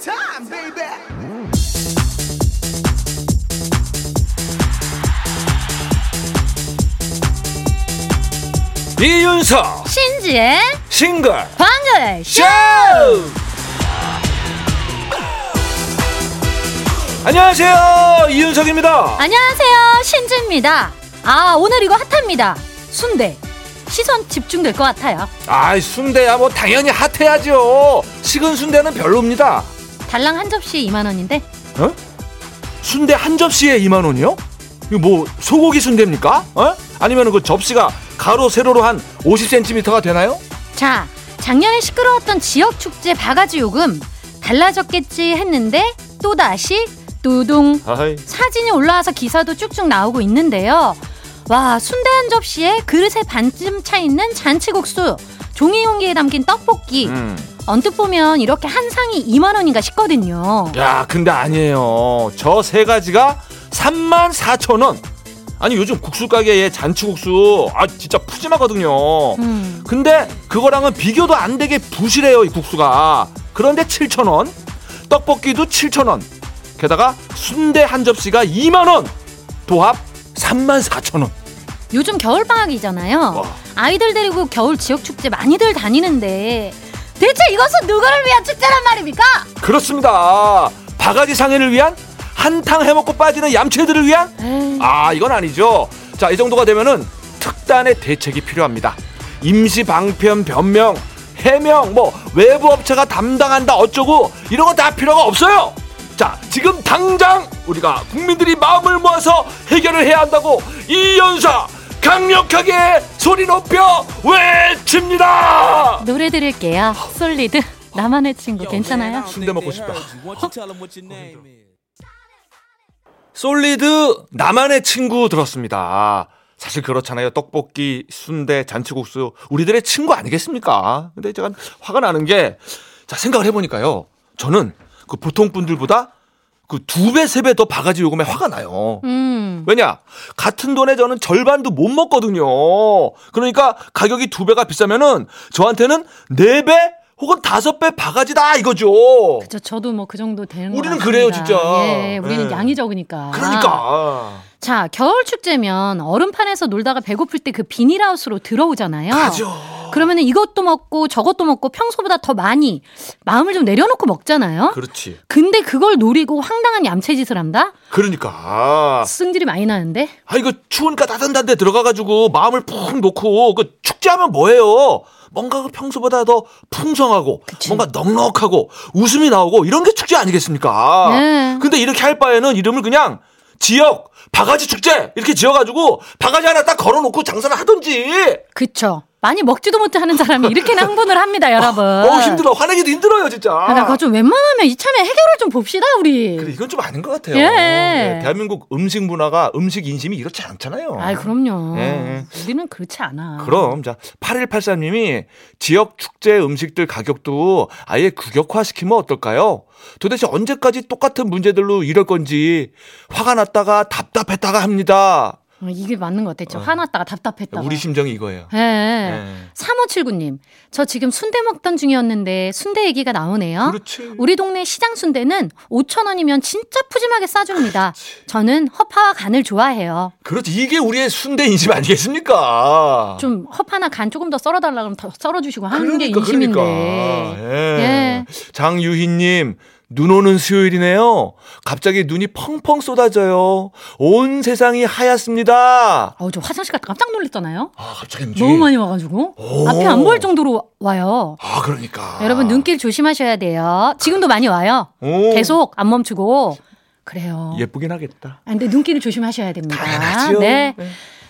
time, baby. 이윤석 신지의 싱글 방글 쇼! 안녕하세요 아, 이윤석입니다. 안녕하세요 신지입니다 아 오늘 이거 핫합니다 순대 시선 집중될 것 같아요 아 순대야 뭐 당연히 핫해야죠. 식은 순대는 별로입니다. 달랑 한 접시에 2만 원인데 어? 순대 한 접시에 2만 원이요? 이거 뭐 소고기 순대입니까? 어? 아니면 그 접시가 가로 세로로 한 50cm가 되나요? 자 작년에 시끄러웠던 지역 축제 바가지 요금 달라졌겠지 했는데 또다시 노동 아이. 사진이 올라와서 기사도 쭉쭉 나오고 있는데요. 와 순대 한 접시에 그릇에 반쯤 차 있는 잔치국수, 종이 용기에 담긴 떡볶이. 음. 언뜻 보면 이렇게 한 상이 2만 원인가 싶거든요. 야, 근데 아니에요. 저 세 가지가 3만 4천 원. 아니 요즘 국수 가게에 잔치국수 아 진짜 푸짐하거든요. 음, 근데 그거랑은 비교도 안 되게 부실해요 이 국수가. 그런데 7천 원, 떡볶이도 7천 원, 게다가 순대 한 접시가 2만 원, 도합 3만 4천 원. 요즘 겨울 방학이잖아요. 와. 아이들 데리고 겨울 지역 축제 많이들 다니는데 대체 이것은 누구를 위한 축제란 말입니까? 그렇습니다. 바가지 상인을 위한 한탕 해먹고 빠지는 얌체들을 위한 에이, 아 이건 아니죠. 자 이 정도가 되면은 특단의 대책이 필요합니다. 임시 방편 변명 해명 뭐 외부 업체가 담당한다 어쩌고 이런 거 다 필요가 없어요. 자 지금 당장 우리가 국민들이 마음을 모아서 해결을 해야 한다고 이 연사 강력하게 소리 높여 외칩니다. 노래 들을게요. 솔리드 나만의 친구 괜찮아요? 순대 먹고 싶다. 솔리드 나만의 친구 들었습니다. 아, 사실 그렇잖아요. 떡볶이, 순대, 잔치국수 우리들의 친구 아니겠습니까? 근데 제가 화가 나는 게 자, 생각을 해 보니까요. 저는 그 보통 분들보다 그 두 배 세 배 더 바가지 요금에 화가 나요. 음. 왜냐? 같은 돈에 저는 절반도 못 먹거든요. 그러니까 가격이 두 배가 비싸면은 저한테는 네 배 혹은 다섯 배 바가지다 이거죠. 저, 저도 뭐 그 정도 되는 거 우리는 그래요, 진짜. 예, 우리는 예. 양이 적으니까. 그러니까. 자, 겨울 축제면 얼음판에서 놀다가 배고플 때 그 비닐하우스로 들어오잖아요. 가죠. 그러면 이것도 먹고 저것도 먹고 평소보다 더 많이 마음을 좀 내려놓고 먹잖아요. 그렇지. 근데 그걸 노리고 황당한 얌체짓을 한다? 그러니까. 승질이 많이 나는데. 아 이거 추우니까 따뜻한 데 들어가가지고 마음을 푹 놓고 그 축제하면 뭐예요? 뭔가 그 평소보다 더 풍성하고 뭔가 넉넉하고 웃음이 나오고 이런 게 축제 아니겠습니까? 네. 근데 이렇게 할 바에는 이름을 그냥 지역 바가지 축제 이렇게 지어가지고 바가지 하나 딱 걸어놓고 장사를 하든지. 그쵸. 많이 먹지도 못하는 사람이 이렇게나 흥분을 합니다, 여러분. 어 힘들어 화내기도 힘들어요 진짜. 그러니까 그거 좀 웬만하면 이참에 해결을 좀 봅시다, 우리. 근데 이건 좀 아닌 것 같아요. 예. 네, 대한민국 음식 문화가 음식 인심이 이렇지 않잖아요. 아이, 그럼요. 예, 우리는 그렇지 않아. 그럼 자 8183님이 지역 축제 음식들 가격도 아예 규격화시키면 어떨까요? 도대체 언제까지 똑같은 문제들로 이럴 건지 화가 났다가 답답했다가 합니다. 어, 이게 맞는 것 같아요. 저 화났다가 답답했다가. 우리 심정이 이거예요. 예. 예. 3579님, 저 지금 순대 먹던 중이었는데 순대 얘기가 나오네요. 그렇지. 우리 동네 시장 순대는 5,000원이면 진짜 푸짐하게 싸줍니다. 저는 허파와 간을 좋아해요. 그렇지 이게 우리의 순대 인심 아니겠습니까? 좀 허파나 간 조금 더 썰어달라 그러면 더 썰어주시고 하는 게 그러니까, 인심인데. 그러니까. 예. 예. 장유희님. 눈 오는 수요일이네요. 갑자기 눈이 펑펑 쏟아져요. 온 세상이 하얗습니다. 어우, 저 화장실 갔다 깜짝 놀랐잖아요. 아, 갑자기 너무 많이 와가지고. 오. 앞에 안 보일 정도로 와요. 아, 그러니까. 여러분, 눈길 조심하셔야 돼요. 지금도 많이 와요. 오. 계속 안 멈추고. 그래요. 예쁘긴 하겠다. 아, 근데 눈길을 조심하셔야 됩니다. 당연하죠. 네.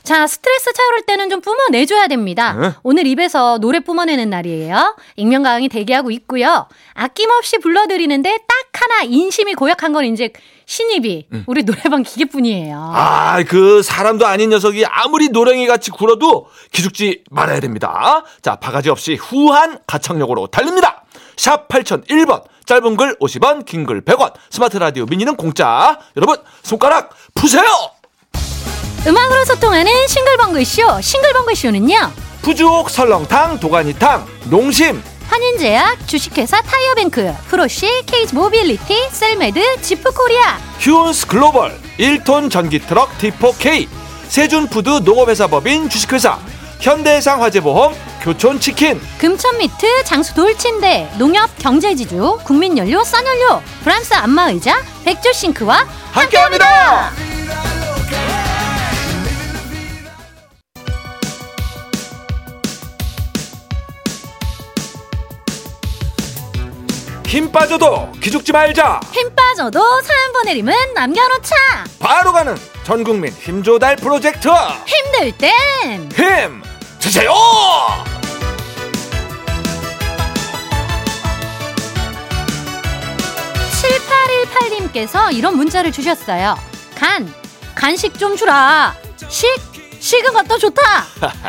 자, 스트레스 차오를 때는 좀 뿜어내줘야 됩니다. 네. 오늘 입에서 노래 뿜어내는 날이에요. 익명가왕이 대기하고 있고요. 아낌없이 불러드리는데 딱 하나 인심이 고약한 건 이제 신입이 우리 노래방 기계뿐이에요. 음. 아, 그 사람도 아닌 녀석이 아무리 노랭이 같이 굴어도 기죽지 말아야 됩니다. 자, 바가지 없이 후한 가창력으로 달립니다. 샵 8001번, 짧은 글 50원, 긴 글 100원, 스마트 라디오 미니는 공짜. 여러분, 손가락 푸세요! 음악으로 소통하는 싱글벙글쇼. 싱글벙글쇼는요. 부족 설렁탕, 도가니탕, 농심, 환인제약, 주식회사 타이어뱅크, 프로시, 케이지 모빌리티, 셀메드, 지프코리아. 휴온스 글로벌 1톤 전기 트럭 D4K 세준푸드 농업회사법인 주식회사 현대해상 화재보험 교촌치킨 금천미트, 장수 돌침대, 농협 경제지주, 국민연료, 싼연료, 브람스 안마의자, 백조싱크와 함께합니다. 힘 빠져도 기죽지 말자. 힘 빠져도 사연 보내림은 남겨놓자. 바로 가는 전국민 힘조달 프로젝트 힘들 땐 힘 주세요. 칠팔일팔님께서 이런 문자를 주셨어요. 간, 간식 좀 주라. 식, 식은 것도 좋다.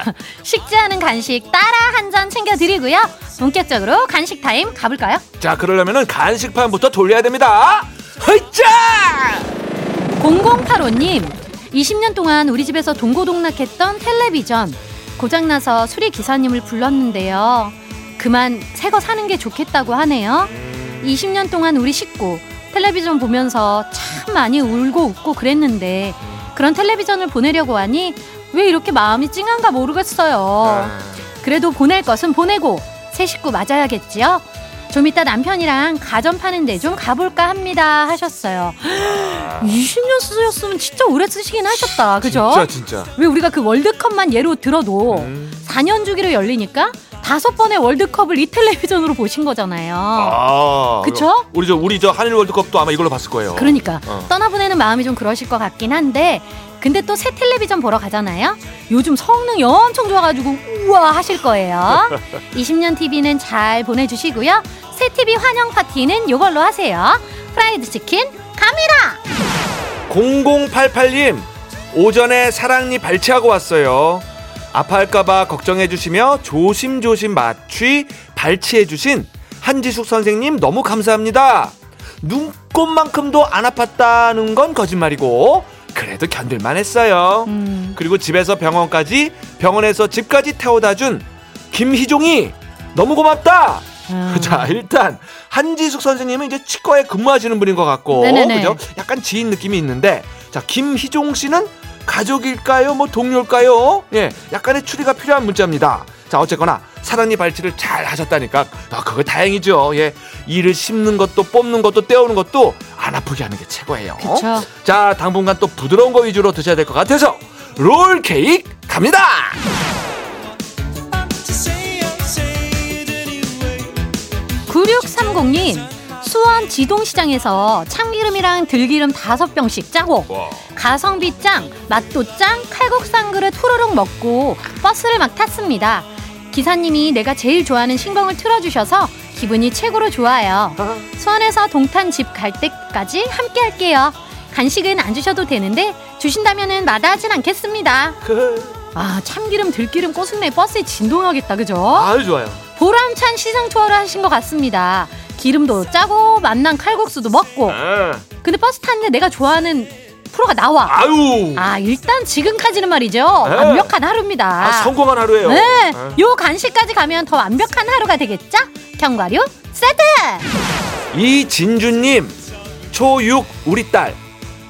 식지 않은 간식 따라 한 잔 챙겨드리고요. 본격적으로 간식 타임 가볼까요? 자 그러려면은 간식판부터 돌려야 됩니다. 헐짜. 0085님, 20년 동안 우리 집에서 동고동락했던 텔레비전. 고장나서 수리 기사님을 불렀는데요. 그만 새 거 사는 게 좋겠다고 하네요. 20년 동안 우리 식구, 텔레비전 보면서 참 많이 울고 웃고 그랬는데, 그런 텔레비전을 보내려고 하니, 왜 이렇게 마음이 찡한가 모르겠어요. 네. 그래도 보낼 것은 보내고, 새 식구 맞아야겠지요? 좀 이따 남편이랑 가전 파는 데 좀 가볼까 합니다. 하셨어요. 20년 쓰셨으면 진짜 오래 쓰시긴 하셨다. 그죠? 아. 진짜 진짜. 왜 우리가 그 월드컵만 예로 들어도 음. 4년 주기로 열리니까 다섯 번의 월드컵을 이 텔레비전으로 보신 거잖아요. 아, 그쵸? 우리 저 우리 저 한일 월드컵도 아마 이걸로 봤을 거예요. 그러니까 어. 떠나보내는 마음이 좀 그러실 것 같긴 한데 근데 또 새 텔레비전 보러 가잖아요. 요즘 성능이 엄청 좋아가지고 우와 하실 거예요. 20년 TV는 잘 보내주시고요. 새 TV 환영 파티는 요걸로 하세요. 프라이드 치킨 갑니다. 0088님 오전에 사랑니 발치하고 왔어요. 아파할까봐 걱정해주시며 조심조심 마취 발치해주신 한지숙 선생님 너무 감사합니다. 눈곱만큼도 안 아팠다는 건 거짓말이고 그래도 견딜만 했어요. 음, 그리고 집에서 병원까지 병원에서 집까지 태워다 준 김희종이 너무 고맙다. 아. 자 일단 한지숙 선생님은 이제 치과에 근무하시는 분인 것 같고 네네네. 그죠? 약간 지인 느낌이 있는데 자 김희종 씨는 가족일까요? 뭐 동료일까요? 예, 약간의 추리가 필요한 문자입니다. 자 어쨌거나 사랑니 발치를 잘 하셨다니까 아, 그거 다행이죠. 예, 이를 씹는 것도 뽑는 것도 떼우는 것도 안 아프게 하는 게 최고예요. 그쵸. 자 당분간 또 부드러운 거 위주로 드셔야 될 것 같아서 롤 케이크 갑니다. say it anyway. 9630님 수원 지동시장에서 참기름이랑 들기름 다섯 병씩 짜고 가성비 짱 맛도 짱 칼국산 그릇 후루룩 먹고 버스를 막 탔습니다 기사님이 내가 제일 좋아하는 신곡을 틀어주셔서 기분이 최고로 좋아요 수원에서 동탄 집 갈 때까지 함께 할게요 간식은 안 주셔도 되는데 주신다면은 마다하진 않겠습니다 그, 아 참기름 들기름 꼬순내 버스에 진동하겠다 그죠? 아유 좋아요. 보람찬 시장 투어를 하신 것 같습니다. 기름도 짜고 맛난 칼국수도 네. 먹고 근데 버스 탔는데 내가 좋아하는 프로가 나와. 아유. 아 일단 지금까지는 말이죠 네. 완벽한 하루입니다. 아, 성공한 하루예요. 네, 예. 요 간식까지 가면 더 완벽한 하루가 되겠죠? 견과류 세트. 이진주님 초6 우리 딸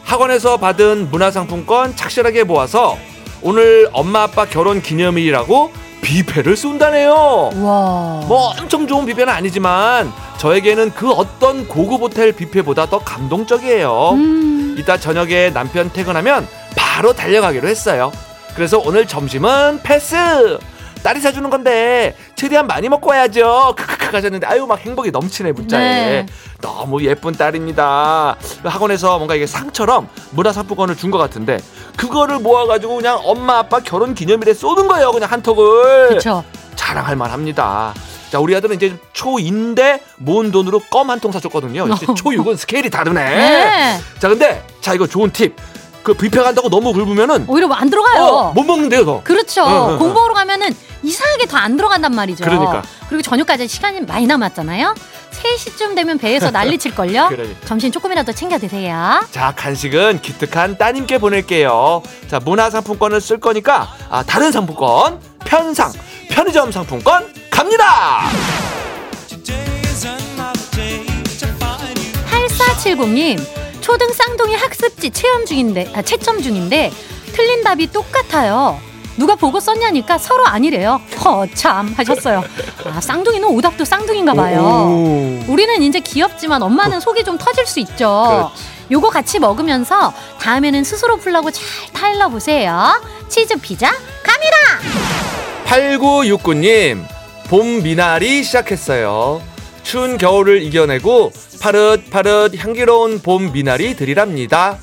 학원에서 받은 문화상품권 착실하게 모아서 오늘 엄마 아빠 결혼 기념일이라고 비페를 쏜다네요. 와. 뭐 엄청 좋은 뷔페는 아니지만 저에게는 그 어떤 고급 호텔 뷔페보다 더 감동적이에요. 음, 이따 저녁에 남편 퇴근하면 바로 달려가기로 했어요. 그래서 오늘 점심은 패스. 딸이 사주는 건데 최대한 많이 먹고 와야죠. 크크크 하셨는데 아유 막 행복이 넘치네 문자에 네. 너무 예쁜 딸입니다. 학원에서 뭔가 이게 상처럼 문화상품권을 준 것 같은데 그거를 모아가지고 그냥 엄마 아빠 결혼 기념일에 쏘는 거예요. 그냥 한턱을 그렇죠. 자랑할 만합니다. 자 우리 아들은 이제 초인데 모은 돈으로 껌 한 통 사줬거든요. 역시 초육은 스케일이 다르네. 네. 자 근데 자 이거 좋은 팁. 그 뷔페 간다고 너무 긁으면은 오히려 뭐안 들어가요. 어, 못 먹는데요 너. 그렇죠. 응, 응, 응. 공부하러 가면은 이상하게 더 안 들어간단 말이죠. 그러니까. 그리고 저녁까지 시간이 많이 남았잖아요. 3시쯤 되면 배에서 난리 칠걸요. 그러니까. 점심 조금이라도 챙겨 드세요. 자 간식은 기특한 따님께 보낼게요. 자 문화상품권을 쓸 거니까 아, 다른 상품권 편상 편의점 상품권 갑니다. 8670님 초등 쌍둥이 학습지 체험 중인데 아, 채점 중인데 틀린 답이 똑같아요. 누가 보고 썼냐니까 서로 아니래요. 허참 하셨어요. 아 쌍둥이는 오답도 쌍둥인가 봐요. 오. 우리는 이제 귀엽지만 엄마는 속이 좀 터질 수 있죠. 그렇지. 요거 같이 먹으면서 다음에는 스스로 풀라고 잘 타일러 보세요. 치즈 피자 갑니다. 8969님, 봄 미나리 시작했어요. 추운 겨울을 이겨내고 파릇파릇 향기로운 봄 미나리 드리랍니다.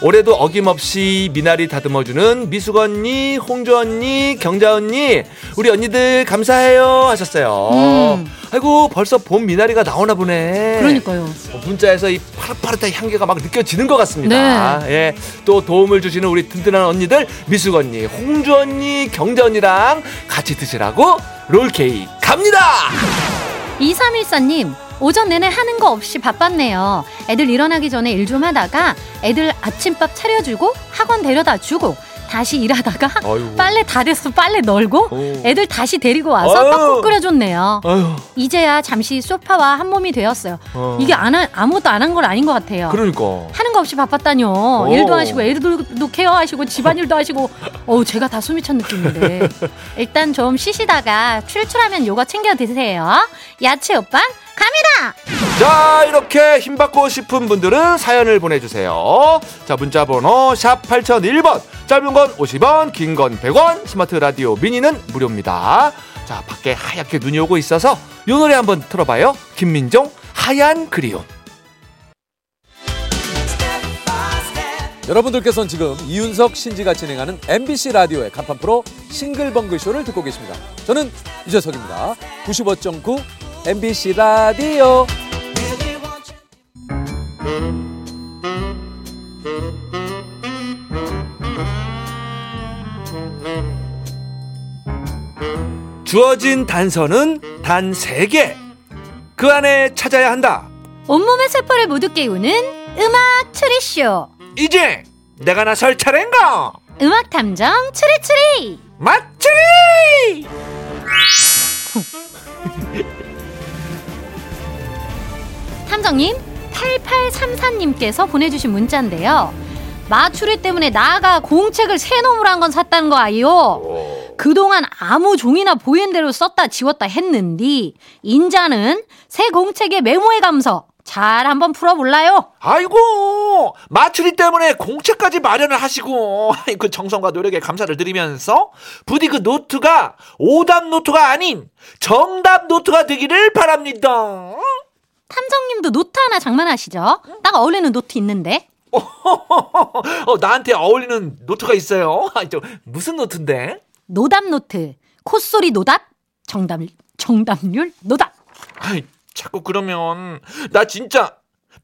올해도 어김없이 미나리 다듬어주는 미숙 언니, 홍주 언니, 경자 언니, 우리 언니들 감사해요 하셨어요. 음. 아이고 벌써 봄 미나리가 나오나 보네. 그러니까요. 어, 문자에서 이 파릇파릇한 향기가 막 느껴지는 것 같습니다. 예. 또 도움을 주시는 우리 든든한 언니들 미숙 언니, 홍주 언니, 경자 언니랑 같이 드시라고 롤케이크 갑니다. 2314님, 오전 내내 하는 거 없이 바빴네요. 애들 일어나기 전에 일 좀 하다가 애들 아침밥 차려주고 학원 데려다 주고 다시 일하다가 아이고. 빨래 다 돼서 빨래 널고 오. 애들 다시 데리고 와서 아유. 떡국 끓여줬네요. 아유. 이제야 잠시 소파와 한 몸이 되었어요. 어. 이게 안 한- 아무것도 안 한 건 아닌 것 같아요. 그러니까. 하는 거 없이 바빴다뇨. 일도 하시고 애들도 케어하시고 집안일도 하시고 어우 제가 다 숨이 찬 느낌인데. 일단 좀 쉬시다가 출출하면 요거 챙겨 드세요. 야채 오빠 갑니다. 자 이렇게 힘 받고 싶은 분들은 사연을 보내주세요. 자 문자번호 샵 #8001번 짧은 건 50원, 긴 건 100원. 스마트 라디오 미니는 무료입니다. 자 밖에 하얗게 눈이 오고 있어서 이 노래 한번 틀어봐요. 김민종 하얀 그리움. 여러분들께서는 지금 이윤석 신지가 진행하는 MBC 라디오의 간판 프로 싱글벙글 쇼를 듣고 계십니다. 저는 유재석입니다. 95.9 MBC 라디오. 주어진 단서는 단 세개그 안에 찾아야 한다. 온몸의 세포를 모두 깨우는 음악 추리쇼. 이제 내가 나설 차례인가? 음악 탐정 추리추리. 맞지? 탐정님 8834님께서 보내주신 문자인데요. 마추리 때문에 나가 공책을 새 놈으로 한 건 샀다는 거 아이요. 그동안 아무 종이나 보이는 대로 썼다 지웠다 했는디 인자는 새 공책의 메모의 감서 잘 한번 풀어볼라요. 아이고 마추리 때문에 공채까지 마련을 하시고 그 정성과 노력에 감사를 드리면서 부디 그 노트가 오답 노트가 아닌 정답 노트가 되기를 바랍니다. 탐정님도 노트 하나 장만하시죠? 딱 어울리는 노트 있는데. 어, 나한테 어울리는 노트가 있어요. 아, 저 무슨 노트인데? 노답 노트. 콧소리 노답. 정답 정답률 노답. 아이, 자꾸 그러면 나 진짜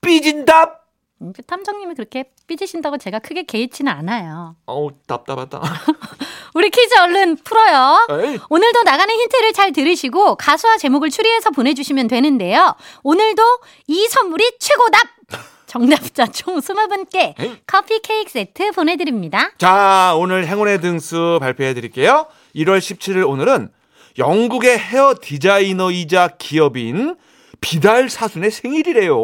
삐진답. 음, 그 탐정님이 그렇게 삐지신다고 제가 크게 개의치는 않아요. 어우 답답하다. 우리 퀴즈 얼른 풀어요. 에이. 오늘도 나가는 힌트를 잘 들으시고 가수와 제목을 추리해서 보내주시면 되는데요. 오늘도 이 선물이 최고답! 정답자 총 20분께 커피 케이크 세트 보내드립니다. 자, 오늘 행운의 등수 발표해 드릴게요. 1월 17일 오늘은 영국의 헤어 디자이너이자 기업인 비달 사순의 생일이래요.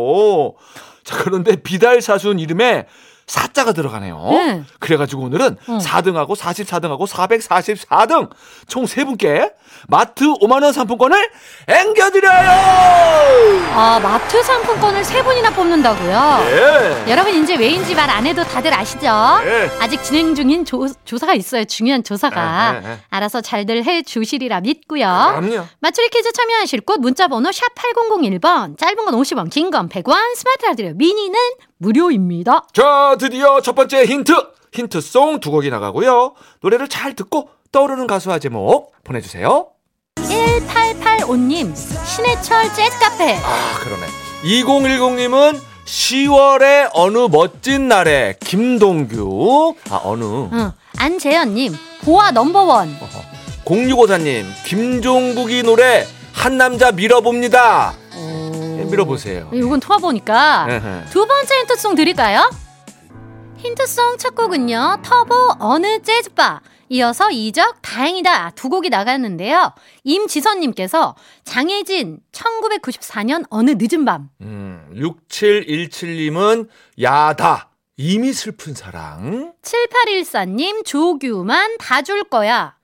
자, 그런데 비달 사순 이름에 사자가 들어가네요. 네. 그래가지고 오늘은 4등하고 44등하고 444등 총 3분께 마트 5만원 상품권을 앵겨드려요! 아, 마트 상품권을 세분이나 뽑는다고요? 예. 여러분 이제 왜인지 말 안 해도 다들 아시죠? 예. 아직 진행 중인 조, 조사가 있어요. 중요한 조사가. 예, 예, 예. 알아서 잘들 해주시리라 믿고요. 그럼요. 마추리 퀴즈 참여하실 곳 문자번호 샵 8001번 짧은 건 50원 긴 건 100원 스마트 라디오 미니는 무료입니다. 자, 드디어 첫 번째 힌트. 힌트송 두 곡이 나가고요. 노래를 잘 듣고 떠오르는 가수와 제목 보내주세요. 1885님 신해철 재즈 카페 아, 그러네. 2010님은 10월의 어느 멋진 날에 김동규. 아, 어느. 응. 안재현님 보아 넘버원 0654님, 김종국이 노래 한 남자 밀어봅니다. 예, 밀어보세요. 이건 통화보니까 에헤. 두 번째 힌트송 드릴까요? 힌트송 첫 곡은요 터보 어느 재즈바 이어서 이적 다행이다 두 곡이 나갔는데요. 임지선님께서 장혜진 1994년 어느 늦은 밤 음, 6717님은 야다. 이미 슬픈 사랑. 7814님 조규만 다 줄 거야.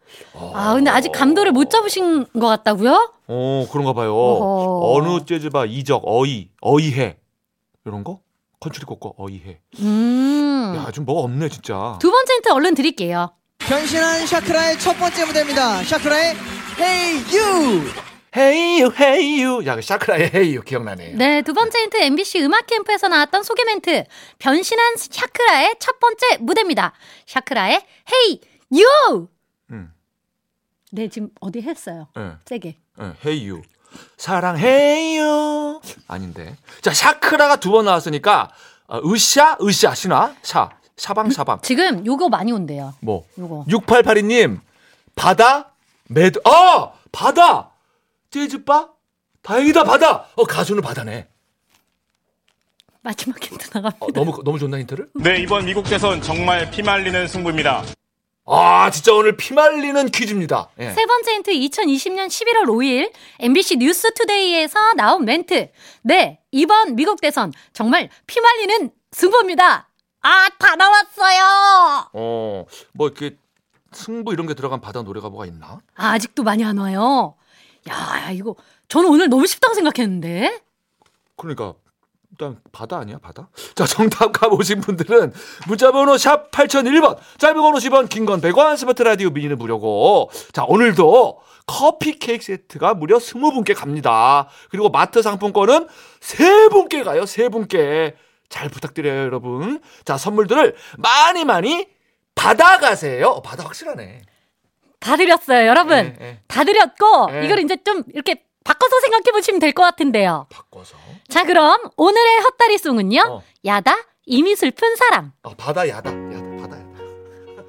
아 근데 아직 감도를 못 잡으신 것 같다고요? 어, 그런가 봐요. 어허. 어느 재즈바 이적 어이 어이해 이런 거? 컨츄리 꼬꼬 어이해. 음. 야, 좀 뭐가 없네 진짜. 두 번째 힌트 얼른 드릴게요. 변신한 샤크라의 첫 번째 무대입니다. 샤크라의 Hey You! 헤이유 헤이유. 야, 그 샤크라의 헤이유 기억나네. 네, 두 번째 힌트 MBC 음악 캠프에서 나왔던 소개 멘트. 변신한 샤크라의 첫 번째 무대입니다. 샤크라의 헤이 유! 음. 네, 지금 어디 했어요? 예. 세게. 예, 헤이유. 사랑해요. 아닌데. 자, 샤크라가 두 번 나왔으니까 어, 으쌰 으쌰 신화 샤 샤방 샤방. 지금 요거 많이 온대요. 뭐? 요거. 6882님 바다 매드 어 바다 재즈바 다행이다 바다 어 가수는 바다네 마지막 힌트 나갑니다. 어, 너무 너무 좋나 힌트를 네, 이번 미국 대선 정말 피말리는 승부입니다. 아 진짜 오늘 피말리는 퀴즈입니다 예. 세 번째 힌트 2020년 11월 5일 MBC 뉴스 투데이에서 나온 멘트. 네, 이번 미국 대선 정말 피말리는 승부입니다. 아, 다 나왔어요. 어뭐 이렇게 승부 이런 게 들어간 바다 노래가 뭐가 있나 아, 아직도 많이 안 와요. 야, 이거 저는 오늘 너무 쉽다고 생각했는데. 그러니까 일단 바다 아니야 바다 자 정답 가보신 분들은 문자번호 샵 8001번 짧은 건 50원 긴 건 100원 스마트 라디오 미니는 무료고 자 오늘도 커피 케이크 세트가 무려 20분께 갑니다 그리고 마트 상품권은 3분께 가요 3분께 잘 부탁드려요 여러분 자 선물들을 많이 많이 받아가세요 어, 바다 확실하네 다 드렸어요, 여러분. 예, 예. 다 드렸고 예. 이걸 이제 좀 이렇게 바꿔서 생각해 보시면 될 것 같은데요. 바꿔서 자, 그럼 오늘의 헛다리 송은요. 어. 야다 이미 슬픈 사랑. 아 바다 야다 야다 바다 야다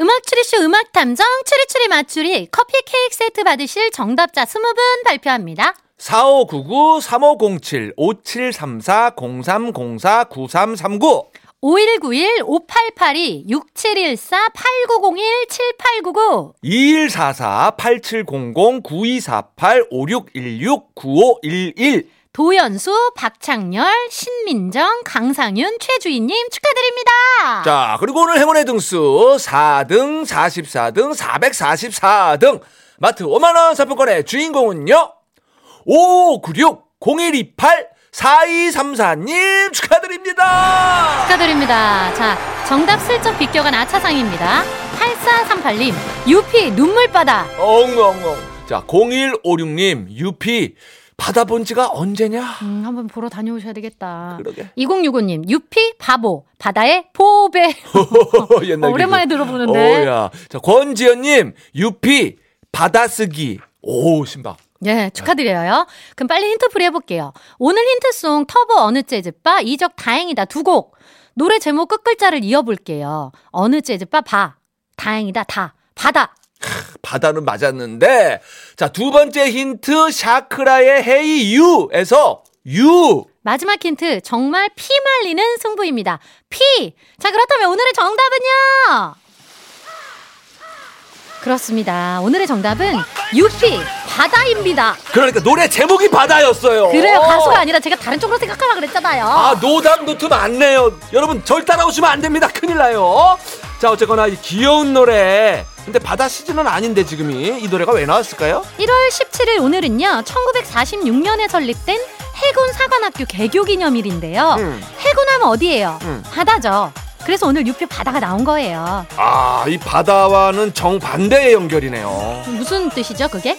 음악 추리쇼 음악 탐정 추리추리 맞추리 커피 케이크 세트 받으실 정답자 20분 발표합니다. 4599 3507 5734 0304 9339 5191 5882 6714 8901 7899 2144 8700 9248 5616 9511 도연수, 박창열, 신민정, 강상윤, 최주희님 축하드립니다. 자, 그리고 오늘 행운의 등수 4등, 44등, 444등. 마트 5만원 상품권의 주인공은요? 5596 0128 4234님 축하드립니다! 축하드립니다. 자, 정답 슬쩍 비껴간 아차상입니다. 8438님, 유피 눈물바다. 어, 엉엉엉. 자, 0156님, 유피, 받아본 지가 언제냐? 음, 한번 보러 다녀오셔야 되겠다. 그러게. 2065님, 유피 바보, 바다의 보배. 옛날 어, 오랜만에 기분. 들어보는데. 오야. 자, 권지연님, 유피, 받아쓰기. 오, 신박. 예, 축하드려요. 그럼 빨리 힌트풀이 해볼게요. 오늘 힌트송 터보 어느 재즈바 이적 다행이다 두 곡. 노래 제목 끝글자를 이어볼게요. 어느 재즈바 바. 다행이다 다. 바다. 바다는 맞았는데. 자, 두 번째 힌트, 샤크라의 헤이 유에서 유. 마지막 힌트 정말 피 말리는 승부입니다. 피. 자 그렇다면 오늘의 정답은요. 그렇습니다. 오늘의 정답은 유피 바다입니다. 그러니까 노래 제목이 바다였어요. 그래요 가수가 아니라 제가 다른 쪽으로 생각하라 그랬잖아요. 아, 노담 노트 많네요. 여러분, 절 따라오시면 안 됩니다. 큰일 나요. 자, 어쨌거나 이 귀여운 노래. 근데 바다 시즌은 아닌데 지금이 이 노래가 왜 나왔을까요? 1월 17일 오늘은요 1946년에 설립된 해군 사관학교 개교 기념일인데요 음. 해군하면 어디예요? 음. 바다죠 그래서 오늘 유표 바다가 나온 거예요 아, 이 바다와는 정반대의 연결이네요. 무슨 뜻이죠 그게?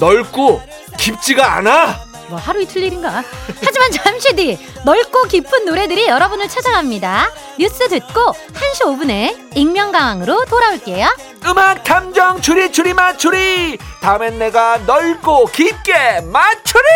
넓고 깊지가 않아. 뭐 하루 이틀 일인가 하지만 잠시 뒤 넓고 깊은 노래들이 여러분을 찾아갑니다 뉴스 듣고 1시 5분에 익명강황으로 돌아올게요 음악 탐정 추리 추리 맞추리. 다음엔 내가 넓고 깊게 맞추리.